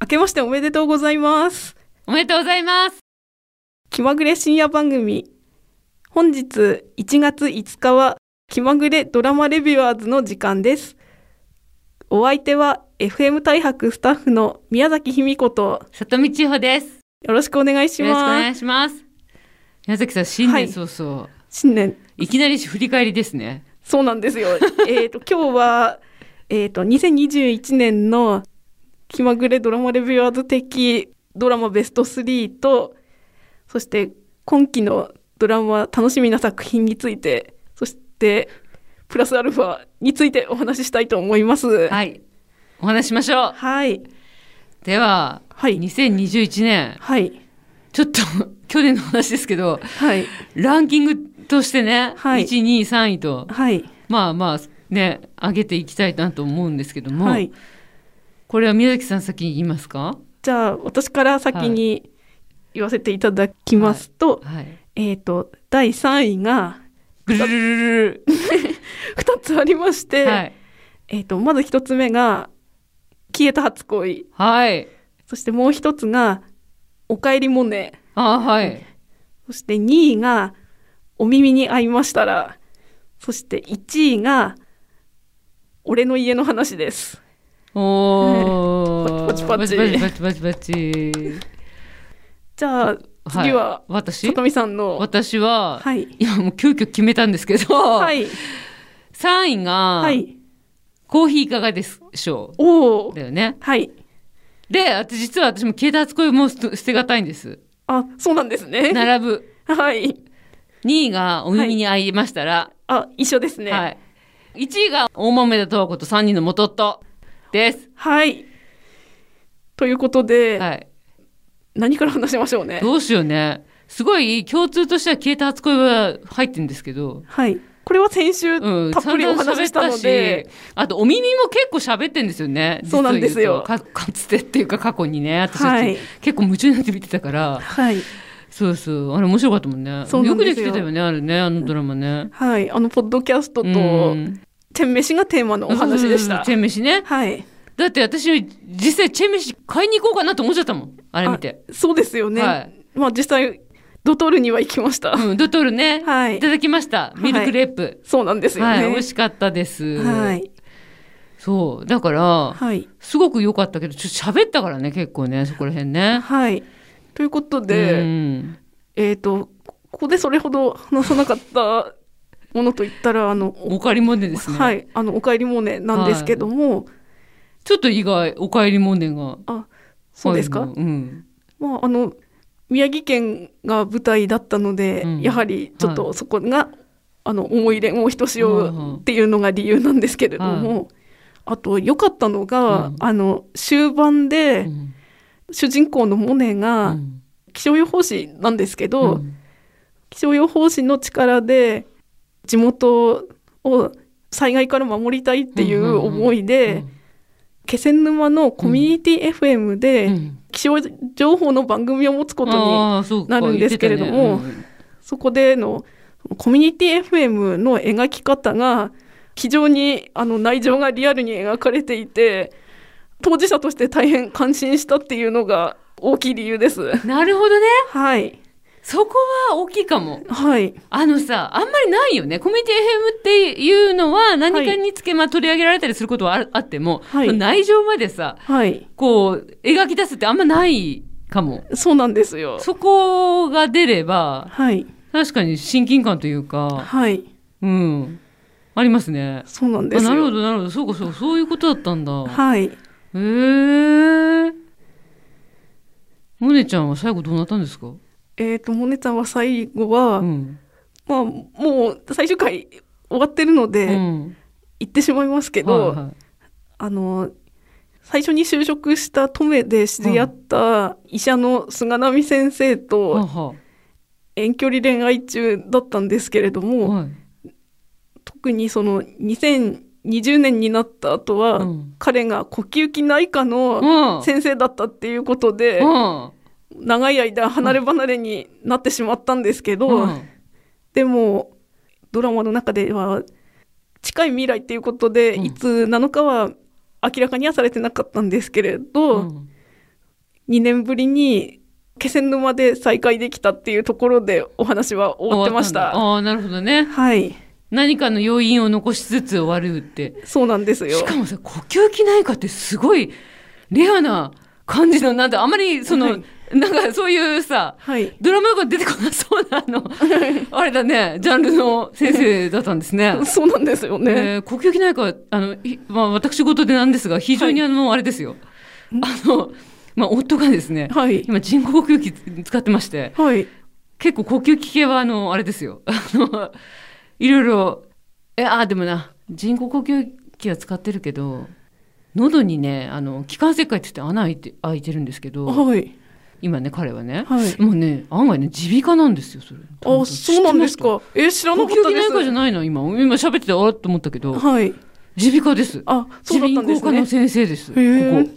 明けましておめでとうございます。おめでとうございます。気まぐれ深夜番組。本日1月5日は気まぐれドラマレビュアーズの時間です。お相手は FM 大白スタッフの宮崎卑美子と里見千穂です。よろしくお願いしよろしくおます。願いします。宮崎さん、新はい年早々、新年、い、きなり振り返りですね。そうなんですよ。 えっと、今日は、えっ、と、2021年の気まぐれドラマレビュアーズ的ドラマベスト3と、そして今期のドラマ楽しみな作品について、そしてプラスアルファについてお話ししたいと思います。はい。はい。お話ししましょう。はい。では、はい2021年、はい。ちょっと 去年の話ですけど、はい。ランキングとしてね、はい1、2、3位と、はい。まあまあ、ね、上げていきたいなと思うんですけども、はい。これは宮崎さん先に言いますかじゃあ、私から先に言わせていただきますと、はい。えっ、と、第3位がぐるるるる2つありましるて、はい。えっ、と、まず一つ目が、消えた初恋。はい。そしてもう一つが、おかえりモネ。あはい。そして2位が、お耳に合いましたら。そして1位が、俺の家の話です。おー。パチパチパチパチパチパチじゃあ、い次は、私里見さんの。私は、、はいい。や、もう急遽決めたんですけど、はい。 3位が、はい。コーヒーいかがでしょおうー。だよね。はい。で、あと実は私も携帯初恋もう捨て捨てがたいんです。あ、そうなんですね。並ぶ。はい。 2位がお耳に合いましたら、あ、一緒ですはい。ね。はい。 1位が大豆田とわ子と3人の元とです。ということで、はい。何から話しましょうね。どうしようね。すごい共通としては消えた初恋は入ってるんですけど。はい。これは先週うん、たっぷりお話ししたので、散々喋ったし、あとお耳も結構喋ってんですよね。実を言 そうなんですよとかかつてっていうか過去にね、私たち、はい結構夢中になって見てたから、はい。そうそう、あれ面白かったもんね。そうなんですよよくできてたよね、あれね、あのドラマね。はい。あの、ポッドキャストとう、ん天飯がテーマのお話でしそうそうそうたチ。ェンメシね。はい。だって私、実際チェンメシ買いに行こうかなと思っちゃったもん、あれ見て。あそうですよね。はいまあ、実際、ドトールには行きました。うん、ドトールね、はいいただきました。ミルクレープ。そうなんですよはい、ね。美味しかったです。はい。そう、だから、はい。すごく良かったけど、ちょっと喋ったからね、結構ね、そこら辺ね。はい。ということうで、んえっ、と、ここでそれほど話さなかったものといったら、あの、おおかえりモネですね。はい。あの、おかえりモネなんですけども、ちょっと意外、おかえりモネが。あ、そうですか、入るのうん。まあ、あの宮城県が舞台だったので、うんやはりちょっとそこが、あの思い入れもひとしおっていうのが理由なんですけれども、うんあと良かったのが、うんあの終盤で主人公のモネが、うん気象予報士なんですけど、うん気象予報士の力で地元を災害から守りたいっていう思いで、気仙沼のコミュニティ FM で、うん気象情報の番組を持つことにあーそうなかるんですけれども言ってたねそこでのコミュニティ FM の描き方が非常にあの内情がリアルに描かれていて当事者として大変感心したっていうのが大きい理由です。うんなるほどね。はい。そこは大きいかも。はい。あのさ、あんまりないよね。コミュニティ FM っていうのは何かにつけ、まあ取り上げられたりすることはあるあっても、はいその内情までさ、はい。こう、描き出すってあんまないかも。そうなんですよ。そこが出れば、はい。確かに親近感というか、はい。うん。ありますね。そうなんであすよ。なるほど、なるほど。そうか、そうか、そういうことだったんだ。はい。へえ。モネちゃんは最後どうなったんですかえっ、と、モネちゃんは最後は、うん。まあ、もう最終回終わってるのうで、ん。行ってしまいますけど、はいはいあの最初に就職した登米で知り合った医者の菅波先生はとは遠距離恋愛中だったんですけれども、はい。特にその2020年になった後は、うん彼が呼吸器内科のうん。先生だったっていうことで、うん長い間離れ離れになってしまったんですけど、うん。でもドラマの中では近い未来っていうことで、うんいつなのかは明らかにはされてなかったんですけれど、うん2年ぶりに気仙沼で再会できたっていうところでお話は終わってまし終わったた。んだああ、なるほどね。はい。何かの要因を残しつつ終わるって。そうなんですよし。かもさ、呼吸器内科ってすごいレアな感じの、なんだ、あまりその、はいなんかそういうさ、はい。ドラマが出てこなそうなあ の、あれだね、ジャンルの先生だったんですね。 そうなんですよね。えー呼吸器内科は、あの、いまあ私事でなんですが、非常にあの、あれですよ。あの、まあ夫がですね、はい。今人工呼吸器使ってまして、はい。結構呼吸器系はあの、あれですよ。あの、いろいろ、え、あ、でもな、人工呼吸器は使ってるけど、喉にね、あの、気管切開って言って穴開いて開いてるんですけど、はい。今ね、彼はね、はいもうね、案外ね、耳鼻科なんですよ、それ。あ、そうなんですか。え、知ら呼なかっ吸た器で内科じゃす。ないの、今。今喋ってて、あらと思ったけど、はい。耳鼻科です。あ、そうだっ耳た鼻んで咽す喉科のね。先生です。ここ。へ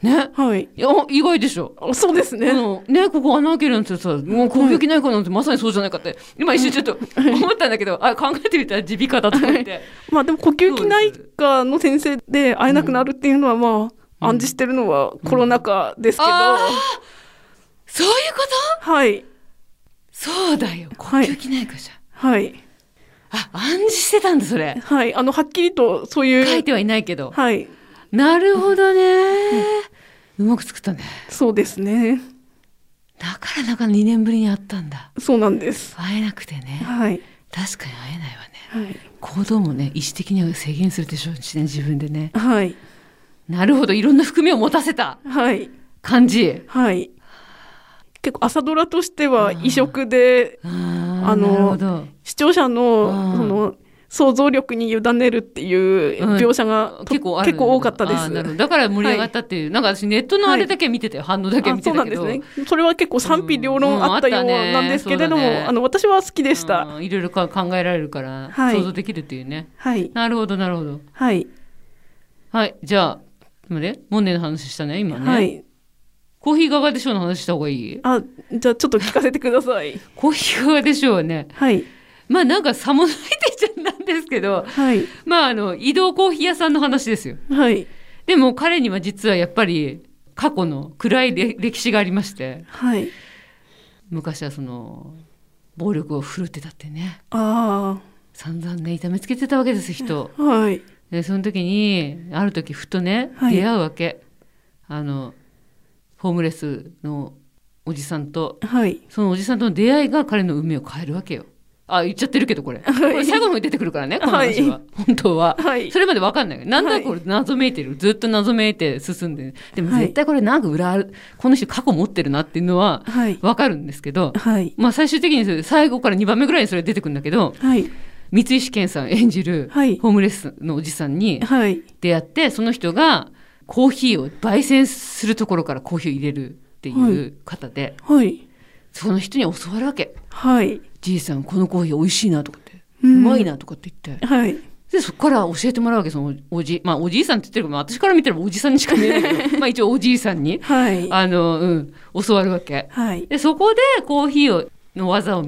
ね。はい。いや、意外でしょ。あそうですあね。のね、ここ穴開けるなんてさ、もう呼吸器内科なんてまさにそうじゃないかって、今一瞬ちょっと思ったんだけど、あ、考えてみたら耳鼻科だと思って。まあでも呼吸器内科の先生で会えなくなるっていうのはまあ、暗示してるのはコロナ禍ですけど、ああそういうことはい。そうだよ。呼はい吸器内科じはい。ゃん。あ、暗示してたんだ、それ。はい。あの、はっきりとそういう。書いてはいないけど。はい。なるほどね。うまく作ったね。そうですね。だからなんか2年ぶりに会ったんだ。そうなんです。会えなくてね。はい。確かに会えないわね。はい。行動もね、意思的には制限するでしょうしね、自分でね。はい。なるほど、いろんな含みを持たせたはい。感じ。はい。結構朝ドラとしては異色で、あああのなるほど。視聴者あのーその想像力に委ねるっていううん描写がと結構ある結構多かったであーす。なるほどだから盛り上がったっていう、なんか私ネットのあれだけ見てたよ、反応だけあ見てそうたなんけでど。すね。それは結構賛否両うん論あったようあったねなんですけれども、そうだねあの私は好きでした。うんいろいろか考えられるから、はい想像できるっていうね。はいなるほど、なるほど。はいはい、じゃあ、待って、モネの話したね、今ね。はい。コーヒーガガでしょうの話した方がいいあじゃあちょっと聞かせてくださ い。コーヒーガガでしょうはね。はいまあなんかさもないでちゃんなんですけど、はいまああの、移動コーヒー屋さんの話ですよ。はいでも彼には実はやっぱり過去の暗いれ歴史がありまして。はい。昔はその暴力を振るってたってねあ散々ね痛めつけてたわけです人をあはいでその時にある時ふとね、はい出会うわけあのホームレスのおじさんとはいそのおじさんとの出会いが彼の運命を変えるわけよあ言っちゃってるけど これ,、これ最後の方に出てくるからねこの話は、本当は、はいそれまで分かんないなんだこれ謎めいてるずっと謎めいて進んでるでもはい絶対これなんか裏あるこの人過去持ってるなっていうのははい分かるんですけど、はいまあ最終的にそれ最後から2番目ぐらいにそれ出てくるんだけど、はい三石健さん演じるはいホームレスのおじさんにはい出会って、その人がコーヒーを焙煎するところからコーヒーを入れるっていう方で、はいその人に教わるわけ。はいじいさん、このコーヒー美味しいなとかって、ううんまいなとかって言って。はいで、そこから教えてもらうわけ、そのおじ、まあおじいさんって言ってるけど、まあ私から見たらおじさんにしか見えない けど、まあ一応おじいさんに、はいあの、うん、教わるわけ。はいで、そこでコーヒーをの技を、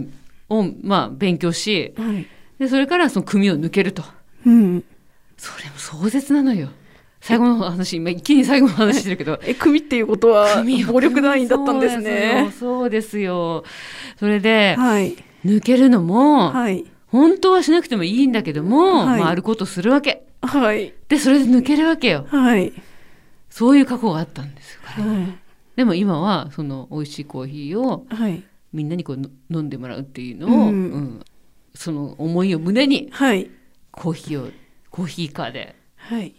を、まあ、勉強し、はいで、それからその組を抜けると。うんそれも壮絶なのよ。最後の話、今一気に最後の話してる けど。え組っていうことは組よ暴力団員だったんですねそうですよ。そうですよそれで、はい抜けるのも、はい本当はしなくてもいいんだけども、はいまあ、あることするわけ。はいで、それで抜けるわけよ。はいそういう過去があったんですよ。彼ははいでも今は、その、美味しいコーヒーをはいみんなにこうの飲んでもらうっていうのを、うんうんその思いを胸にはいコーヒーをコーヒーカーではい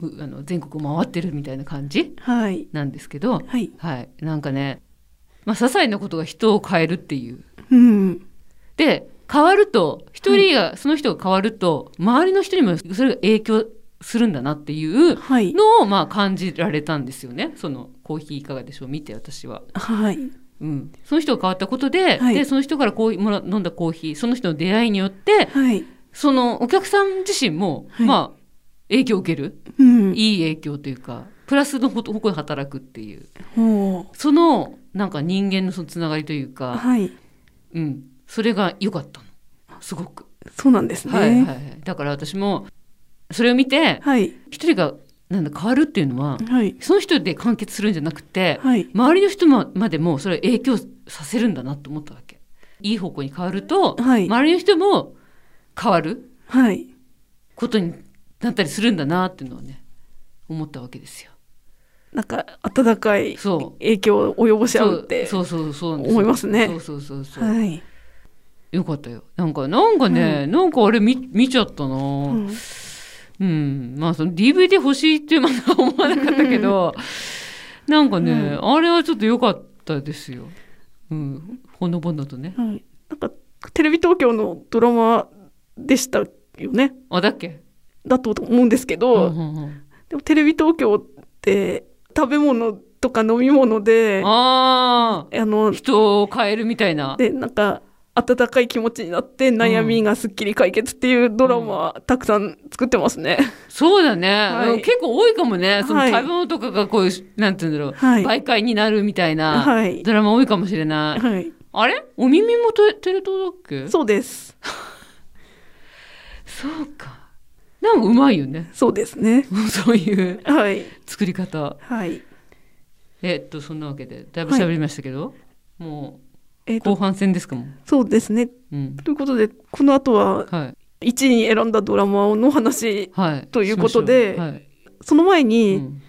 うあの全国を回ってるみたいな感じはいなんですけど、はいはい、なんかね、まあ、些細なことが人を変えるっていう。うんで変わると一人が、その人が変わると周りの人にもそれが影響するんだなっていうはいのをまあ感じられたんですよねそのコーヒーいかがでしょう見て私は。はいうん、その人が変わったことで,、はいでその人からコーヒーもら飲んだコーヒーその人の出会いによってはいそのお客さん自身も、はいまあ影響を受けるうんいい影響というかプラスの方向に働くっていうおーそのなんか人間のそのつながりというか、はいうん、それが良かったのすごく、そうなんですねはいはいはい、だから私もそれを見てはい一人がなんだ変わるっていうのは、はい。その人で完結するんじゃなくて、はい。周りの人ままでもそれ影響させるんだなと思ったわけいい方向に変わると、はい周りの人も変わるはい。ことになったりするんだなっていうのはね思ったわけですよなんか、温かいそう影響を及ぼし合そうって。そうそうそうなんで思いますねそうそうそうそう、はい。よかったよなんかなんかね、なんかあれ見見ちゃったなううん、んまあその DVD 欲しいってまだ思わなかったけどなんかね、あれはちょっと良かったですようんほのぼのとねはい。なんか、テレビ東京のドラマでしたよね。あだっけだと思うんですけど、うんうんうんでもテレビ東京って食べ物とか飲み物で、ああのあ、人を変えるみたいな。で、なんか、温かい気持ちになって悩みがすっきり解決っていうドラマ、たくさん作ってますね。そうだね、はい結構多いかもね。そのはい食べ物とかがこういう、なんて言うんだろう、はい媒介になるみたいなはい。ドラマ多いかもしれない。はい。あれお耳もテテレ東だっけそうです。そうか。なんかうまいよね。 そうですね。そういうはい。作り方。はい。えっと、そんなわけで、だいぶ喋りましたけど、もえうっ、後と、半戦ですかもん。そうですね。うん。ということで、この後は、はい。 1位に選んだドラマの話、はい。ということでしましょうはい。その前うに、ん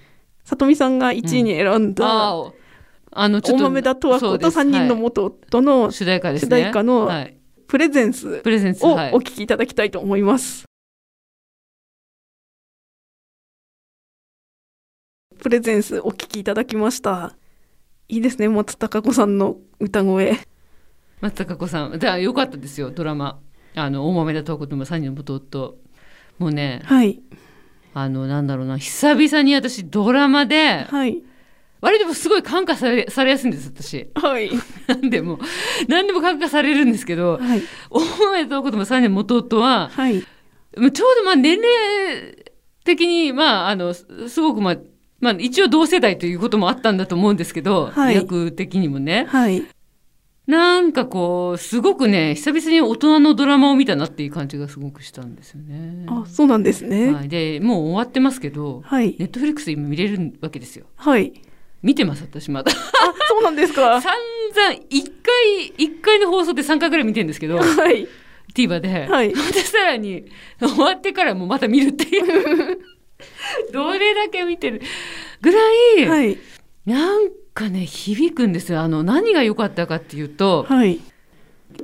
さとみさんが1位に選んあだ、あ、あの、ちょ大っと。豆田十和そ子うとです3人の元との主題歌ですね。主題歌のはい、プレゼンスプレゼンツ、をおはい聞きいただきたいと思います。プレゼンスお聞きいただきました。いいですね、松たか子さんの歌声。松たか子さん、だ良かったですよ、ドラマ。あの、大豆田十和子とも三人の弟。もうね、はい、あの、なんだろうな、久々に私、ドラマで、はい、割とすごい感化され、されやすいんです、私。 はい、なんでも、なんでも感化されるんですけど、はい、大豆田十和子とも三人の弟は、はい、もうちょうどまあ、年齢的に、まあ、あの、すすごくまあ、まあ、一応同世代ということもあったんだと思うんですけど、はい役的にもね。はい、なんかこう、すごくね、久々に大人のドラマを見たなっていう感じがすごくしたんですよね。あ、そうなんですね。はい、で、もう終わってますけど、はいネ、ットフリックスで今見れるわけですよ。はい、見てます、私まだ。散あ、そうなんです か。々、一回、一回の放送で3回ぐらい見てるんですけど、はい、 TVer で。はいまたさらに、終わってからもまた見るっていう。 どれだけ見てるぐらい、はい、なんかね、響くんですよ。あの、何が良かったかっていうと、はい、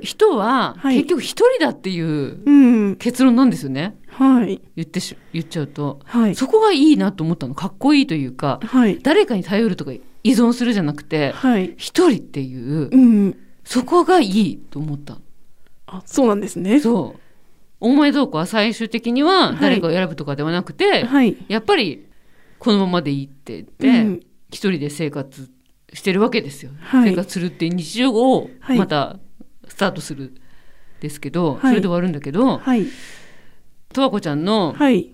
人ははい結局一人だっていううん、結論なんですよね、はい、言ってし言っちゃうと、はい、そこがいいなと思ったのかっこいいというかはい、誰かに頼るとか依存するじゃなくてはい、一人っていううん、そこがいいと思ったのあ、そうなんですね。そうお前どうこは最終的にははい誰かを選ぶとかではなくて、はい、やっぱりこのままでいいって言って、うん一人で生活してるわけですよ、はい生活するっていう日常をはいまたスタートするですけど、はいそれで終わるんだけど、はい、十和子ちゃんの,、はい、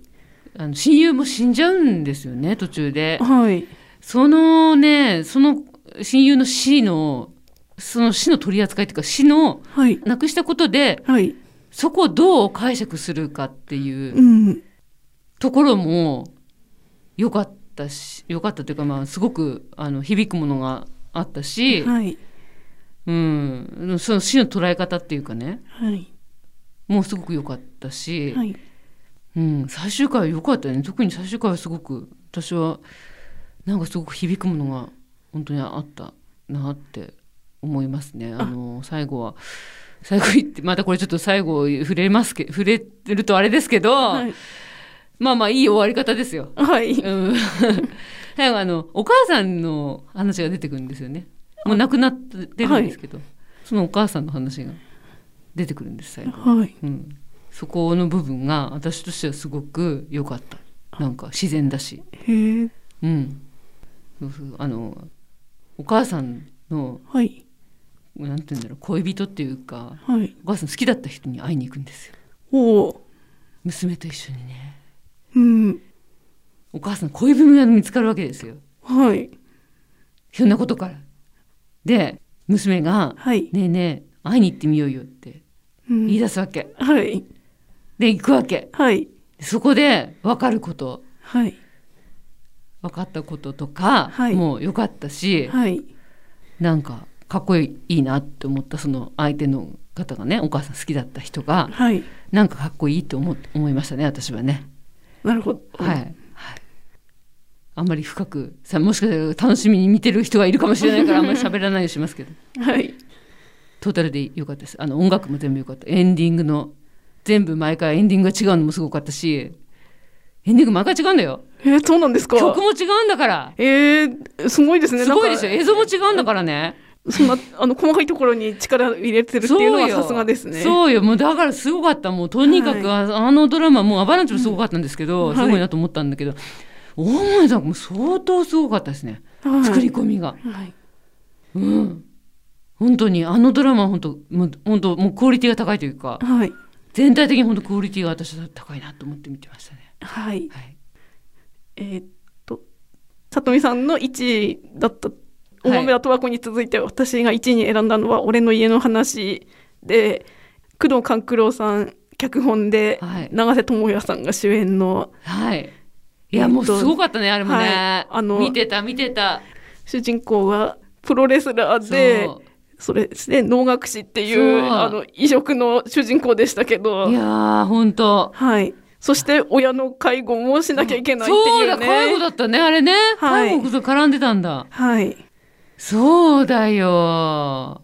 あの親友も死んじゃうんですよね途中ではい、そのねその親友の死のその死の取り扱いっていうか死のはい、なくしたことではい、そこをどう解釈するかっていううん、ところも良かったし良かったというかまあすごくあの響くものがあったし、はい、うん、その死の捉え方っていうかねはい、もうすごく良かったし、はい、うん、最終回は良かったね特に最終回はすごく私はなんかすごく響くものが本当にあったなって思いますねあの最後は最後言ってまたこれちょっと最後触れますけ触れてるとあれですけど、はい、まあまあいい終わり方ですよ。はい、うん 最後あのお母さんの話が出てくるんですよねもう亡くなってるんですけど、そのお母さんの話が出てくるんです最後。はい、うん、そこの部分が私としてはすごく良かったなんか自然だし、へえ、うん、そうそうあのお母さんのはい、なんて言うんだろう恋人っていうかはい、お母さん好きだった人に会いに行くんですよおお、娘と一緒にねうん、お母さん恋文が見つかるわけですよはい、ひょんなことから。で娘がはい、「ねえねえ会いに行ってみようよ」ってうん言い出すわけはい、で行くわけはい、そこで分かることはい、分かったこととか、はいもう良かったし、はい。なんかかっこいいなって思ったその相手の方がねお母さん好きだった人がはい。なんかかっこいいと思思いましたね私はね、なるほど。はい、はいあんまり深くさもしかしたら楽しみに見てる人がいるかもしれないからあんまり喋らないようにしますけどはい。トータルで良かったですあの音楽も全部良かったエンディングの全部毎回エンディングが違うのもすごかったしエンディング毎回違うんだよえー、そうなんですか。曲も違うんだからえー、すごいですね。すごいですよなんか映像も違うんだからねそんな、 あの、細かいところに力を入れてるっていうのはさすがですね。そうよもうだからすごかったもうとにかく、ああのドラマもうアバランチもすごかったんですけど、うんすごいなと思ったんだけど、大森さんも相当すごかったですね、はい作り込みがはい。うん本当にあのドラマは本当もう本当もうクオリティが高いというかはい。全体的に本当クオリティが私は高いなと思って見てましたねはい。はいえーっと、さとみさんの1位だった、大豆田十和子に続いて私が1位に選んだのは、俺の家の話で、工藤官九郎さん脚本で、はい永瀬智也さんが主演のはいいやもうすごかったねあれもね、はいあの見てた見てた主人公がプロレスラーでそう、それですね、能楽師っていそうう、あの、異色の主人公でしたけどい、やー本当はい。そして、親の介護もしなきゃいけないってそういだうね。介護だったねあれね、はい介護こそ絡んでたんだはい。そうだよ。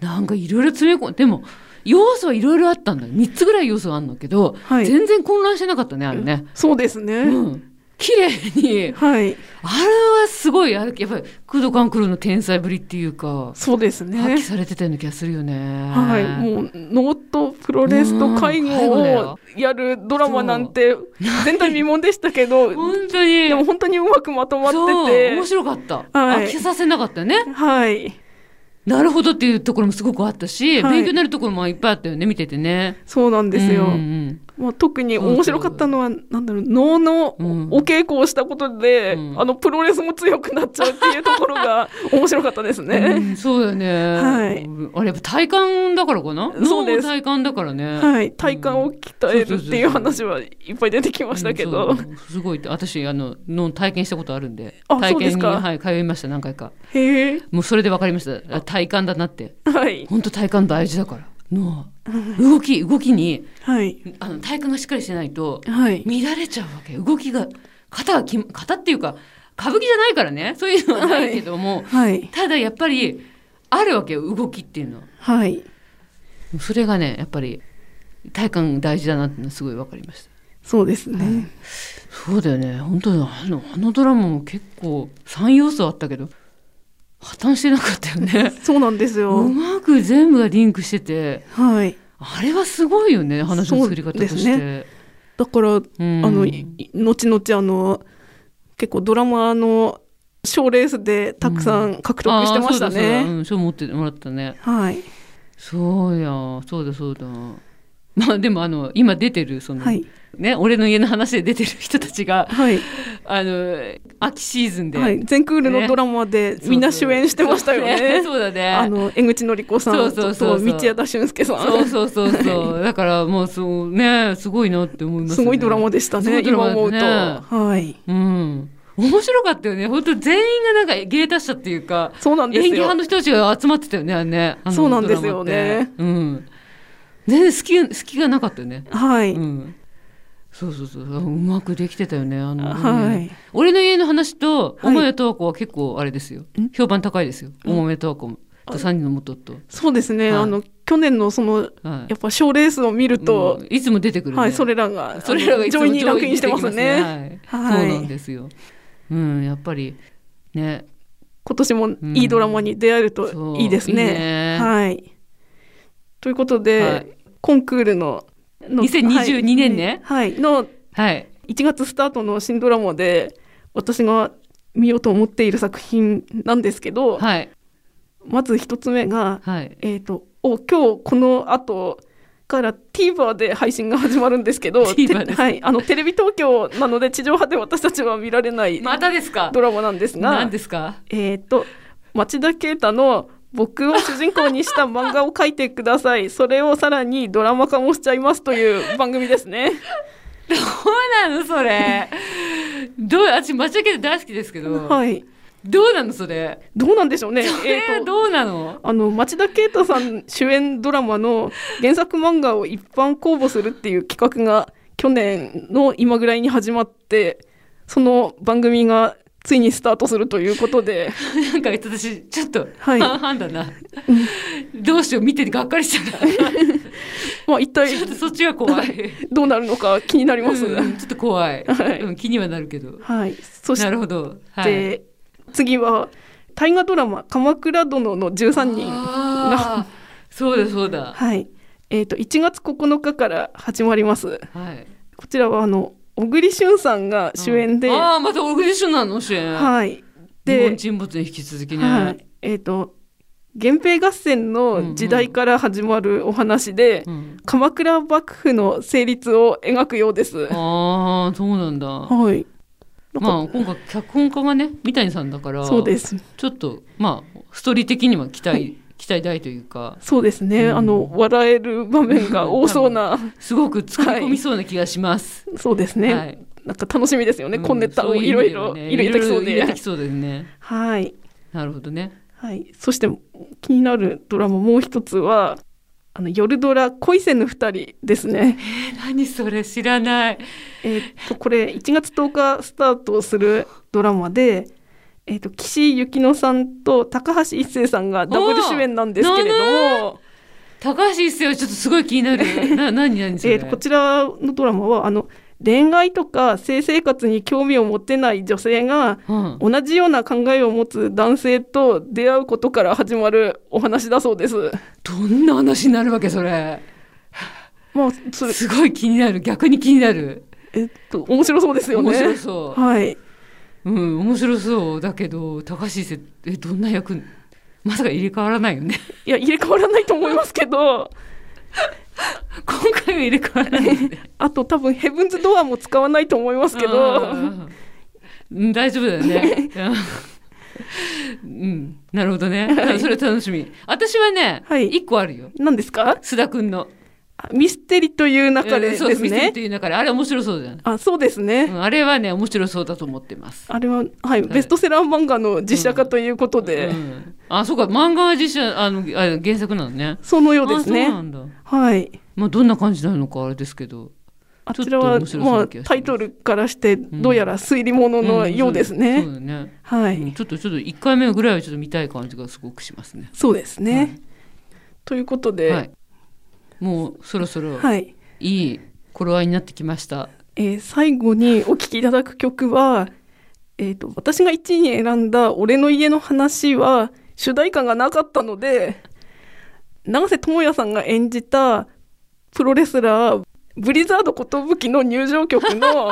なんかいろいろ詰め込んでも要素はいろいろあったんだよ。3つぐらい要素があるんだけど、はい全然混乱してなかったね、あれね。そうですね。うん。綺麗に。はい。あれはすごい、あれやっぱり、クドカンクルーの天才ぶりっていうか、そうです発揮ね。されてたような気がするよね。はい。もう、能とプロレスと介護うん介護だをよやるドラマなんて、全体未聞でしたけど、本当に。でも本当にうまくまとまっそう、面て白かった。はい飽きさせなかったよね。て、はい。なるほどっていうところもすごくあったし、はい勉強になるところもいっぱいあったよね、見ててね。そうなんですよ。うんうんまあ、特に面白かったのは、なんだろう、能のうんお稽古をしたことで、うんあの、プロレスも強くなっちゃうっていうところが面白かったですうね。ん、そうだよね。はいあれやっぱ体感だからかなそ脳うですも体感だからね。はい。体幹を鍛えるっていううんそうそう話はいっぱい出てきましたけうどん。そうすごいって私あの脳体験したことあるんであ体そうで験すに、かはい、通いました何回かへえ。もうそれで分かりましたあ体感だなってはい。本当体感大事だから脳は動き動きにはい。あの体感がしっかりしてないとはい。乱れちゃうわけ動きが肩がき肩っていうか歌舞伎じゃないからねそういうのはないけども、はい。ただやっぱりあるわけよ動きっていうのは。はい。それがねやっぱり体感大事だなっていうのはすごい分かりましたそうですね。そうだよね本当にあのあのドラマも結構3要素あったけど破綻してなかったよねそうなんですよ。うまく全部がリンクしててはい。あれはすごいよね話の作り方とそうしですて、だから、うんあの、いい後々あの、結構ドラマの賞レースでたくさん獲得してましたあーそうだそうだね。うん賞持ってもらったねはい。そうやそうだそうだまあでもあの今出てるその、はい。ね俺の家の話で出てる人たちがはい。あの秋シーズンで、はい、全クールのドラマでみんな主演してましたよね。 そうだね。あの江口のり子さんそうそうそうそうと道枝俊介さんそうそうそうそう。だからもうそうねすごいなって思います、ね。すごいドラマ。でしたすごねいドラ今マだね思うと。はい、うん。面白かったよね。本当全員がなんか芸達者っていうか、そうなん演です技よ派。の人たちが集まってたよね。あれねあのそうなんですよねドラマってうん。全然好き好きがなかったよね。はい、うん。そうそうそううまくできてたよねあの、はい俺の家の話とはい思いとわ子は結構あれですよ、ん評判高いですよ思いとわ子もと三人の元と、そうですね、はいあの去年のそのはいやっぱ賞レースを見るとう、んいつも出てくるね、はいそれらがそれらがいつも上位にランクインしてますね。はいはいそうなんですよ。うん、やっぱりね、今年もいいドラマに出会えるそとういいですね。いいねはい。ということで、はいコンクールのの2022年ねはい、はいのはい、 1月スタートの新ドラマで私が見ようと思っている作品なんですけど、はい、まず一つ目が、はい。えっ、と、お、今日この後から TVer で配信が始まるんですけど、て TVer ですはい、あの、テレビ東京なので地上波で私たちは見られないまたですか。ドラマなんですが、何ですか。えっ、と、町田啓太の僕を主人公にした漫画を描いてください。それをさらにドラマ化もしちゃいますという番組ですね。どうなのそれ。 どう私待ち受けて大好きですけど、はい。どうなのそれどうなんでしょうね。そえれはーとどうなの、あの町田啓太さん主演ドラマの原作漫画を一般公募するっていう企画が去年の今ぐらいに始まってその番組がついにスタートするということ でなんか私ちょっとは半い々だな、どうしよう見ててがっかりしたなまあ一ちょっと体そっちが怖いどうなるのか気になります、うんちょっと怖い、はいうん、気にはなるけどはいそしなるほど、はい、て次は大河ドラマ「鎌倉殿の13人」あーそうだそうだ、はいえー、と1月9日から始まりますはい、こちらはあの小栗旬さんが主演で、うんああまた小栗旬なの主演、はい日本で、沈没に引き続きね、はい、えっ、と源平合戦の時代から始まるお話で、うん、鎌倉幕府の成立を描くようです。ああそうなんだはい。なんかまあ今回脚本家がね三谷さんだからそうです。ちょっとまあストーリー的には期待、期待大というかそうですね。うんあの笑える場面が多そうな、すごく作り込みそうな気がします。そうですね、はいなんか楽しみですよね。うんこんネタそをううい意ろ味いではろね入れてきそういろいろ入れでてき。そうですね。はい。なるほどね。はい。そして気になるドラマもう一つは、あの夜ドラ恋せぬ二人ですね。え何それ知らない。えーっとこれ1月10日スタートするドラマで、えーっと岸井ゆきのさんと高橋一生さんがダブル主演なんですけれども、高橋一生はちょっとすごい気に なる。な何何それ。えーっとこちらのドラマはあの恋愛とか性生活に興味を持てない女性がうん、同じような考えを持つ男性と出会うことから始まるお話だそうです。どんな話になるわけそれ。まあそれすごい気になる。逆に気になる。えーっと面白そうですよね。面白そう。はい。うん、面白そうだけど高橋一生えどんな役まさか入れ替わらないよね いや入れ替わらないと思いますけど。今回は入れ替わらないよねあと多分ヘブンズドアーも使わないと思いますけど、うん大丈夫だ よねうんなるほどね、はいそれ楽しみ私はね、はい一個あるよ何ですか？須田くんのあミステリという中えでーですそうミステリーねと。いう中であれ面白そうじゃない、あ、そうですね。うんあれはね面白そうだと思ってますあれははい、ベストセラー漫画の実写化ということで、うんあそうか漫画は実写あのあ原作なのねそのようですあそうね。なんだはい。まあどんな感じなのかあれですけどあちょっちらとは面白そうなまあ気がしますタイトルからしてどうやら推理もののようですね。うんそうだよね。はうんい。ちょっとちょっと一回目ぐらいはちょっと見たい感じがすごくしますね。そうですね。ということで、ははい。い。もうそろそろいい頃合いになってきました。えー最後にお聴きいただく曲は、えー、と私が1位に選んだ「俺の家の話」は主題歌がなかったので永瀬智也さんが演じたプロレスラーブリザード寿の入場曲 の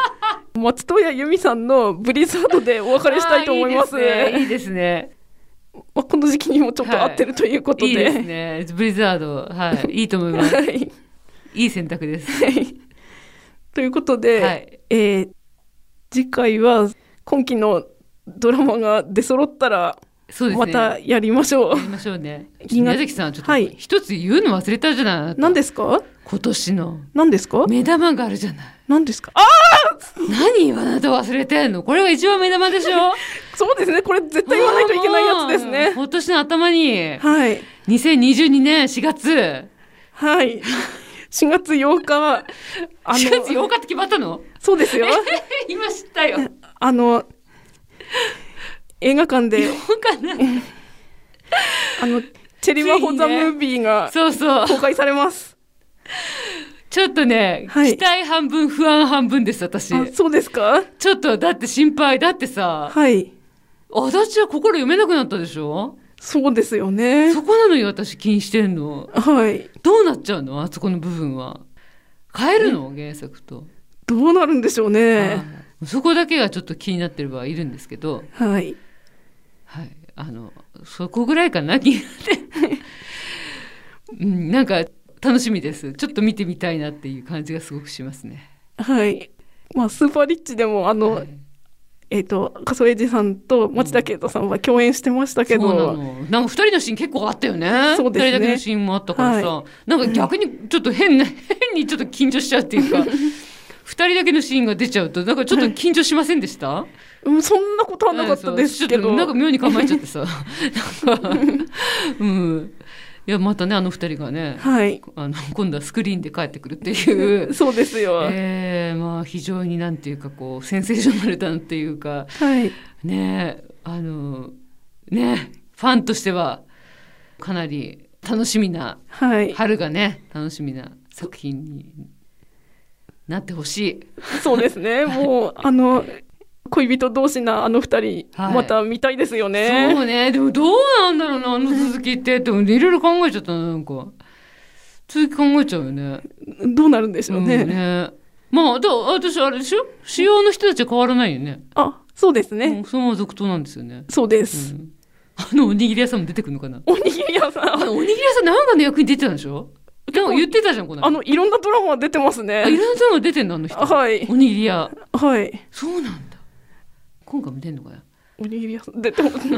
松任谷由実さんの「ブリザード」でお別れしたいと思います。あーいいですね。まあ、この時期にもちょっと合ってるということいいで。ですね。いいですね。ブリザード、は い、いいと思います。はいいい選択です。はい ということで、はいえー次回は今期のドラマが出揃ったらそうですね。またやりましょう。や りましょうね。銀河宮崎さん、ちょっとはい一つ言うの忘れたじゃないあなた。何ですか今年の何ですか目玉があるじゃない。何ですかあ何よあなた忘れてんの。これが一番目玉でしょ。そうですねこれ絶対言わない といけないやつですもうね。今年の頭に、はい、 2022年4月、4はい、4月8日あ月8日って決まったのそうですよ 今知ったよ。あの映画館でそうかなあのチェリマホ・ザ・ムービーがそうそう。公開され ます。ちょっとね、はい期待半分、不安半分です、私。あそうですかちょっと、だって心配。だってさ、はい足立は心読めなくなったでしょそうですよね。そこなのよ、私気にしてんの。はい。どうなっちゃうのあそこの部分は。変えるの原作と。どうなるんでしょうね。はいそこだけがちょっと気になってる場合いるんですけど。はい。はい、あのそこぐらいかな気に なって、うん、なんか楽しみですちょっと見てみたいなっていう感じがすごくしますね。はい。まあ、スーパーリッチでも、あの、はいえっ、と、赤楚衛二さんと町田啓太さんは共演してましたけそうなど、のなんか二人のシーン結構あったよねそうですね二人だけのシーンもあったからさ、なんか逆にちょっと変な、変にちょっと緊張しちゃうっていうか二人だけのシーンが出ちゃうとなんかちょっと緊張しませんでした、うん、そんなことはなかったですけちょっどとなんか妙に構えちゃってさなんかうんいやまたねあの二人がねはいあの今度はスクリーンで帰ってくるってい うそうですよ、えーまあ非常になんていうかこうセンセーショナルだなっていうかはいねえあのねえファンとしてはかなり楽しみなはい春がね楽しみな作品になってほしい。そうですねもうあの恋人同士なあの二人、はいまた見たいですよねそうねでもどうなんだろうなあの続きってっていろいろ考えちゃったななんか続き考えちゃうよね。どうなるんでしょうね,、うんねまあだ私あれでしょ主要の人たちは変わらないよね。あそうですね、うんそのまま続投なんですよね。そうでうす、んあのおにぎり屋さんも出てくるのかなおにぎり屋さあんのおにぎり屋さんなんかの役に出てたんでしょでも言ってたじゃんこの間あのいろんなドラマ出てますあいねろんなドラマ出てんのあの人、はいおにぎり屋はいそうなんだ今回も出んのかなおにぎり屋さん出てますど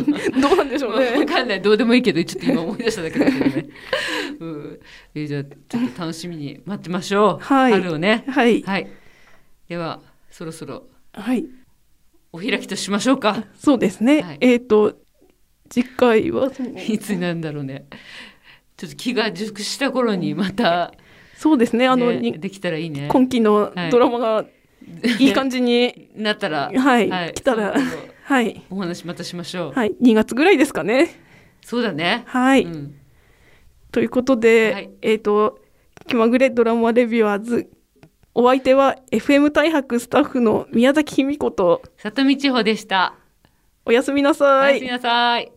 うなんでしょうわ ねかんないどうでもいいけどちょっと今思い出しただけだけ どね、うんえーじゃあちょっと楽しみに待ってましょう、はい春をねはいはいではそろそろはいお開きとしましょうかそうですね、はいえっ、と次回 はいつになるんだろうねちょっと気が熟した頃にまた、そうですねあの、ねにできたらいいね今期のドラマがいい感じに、 なったらはい来たらそろそろはいお話またしましょう、はい、2月ぐらいですかね。そうだねはい。うんということで、はいえっ、と、気まぐれドラマレビュアーズ、お相手は FM 大白スタッフの宮崎卑美子と、里見千穂でした。おやすみなおさやすいみ。なさい。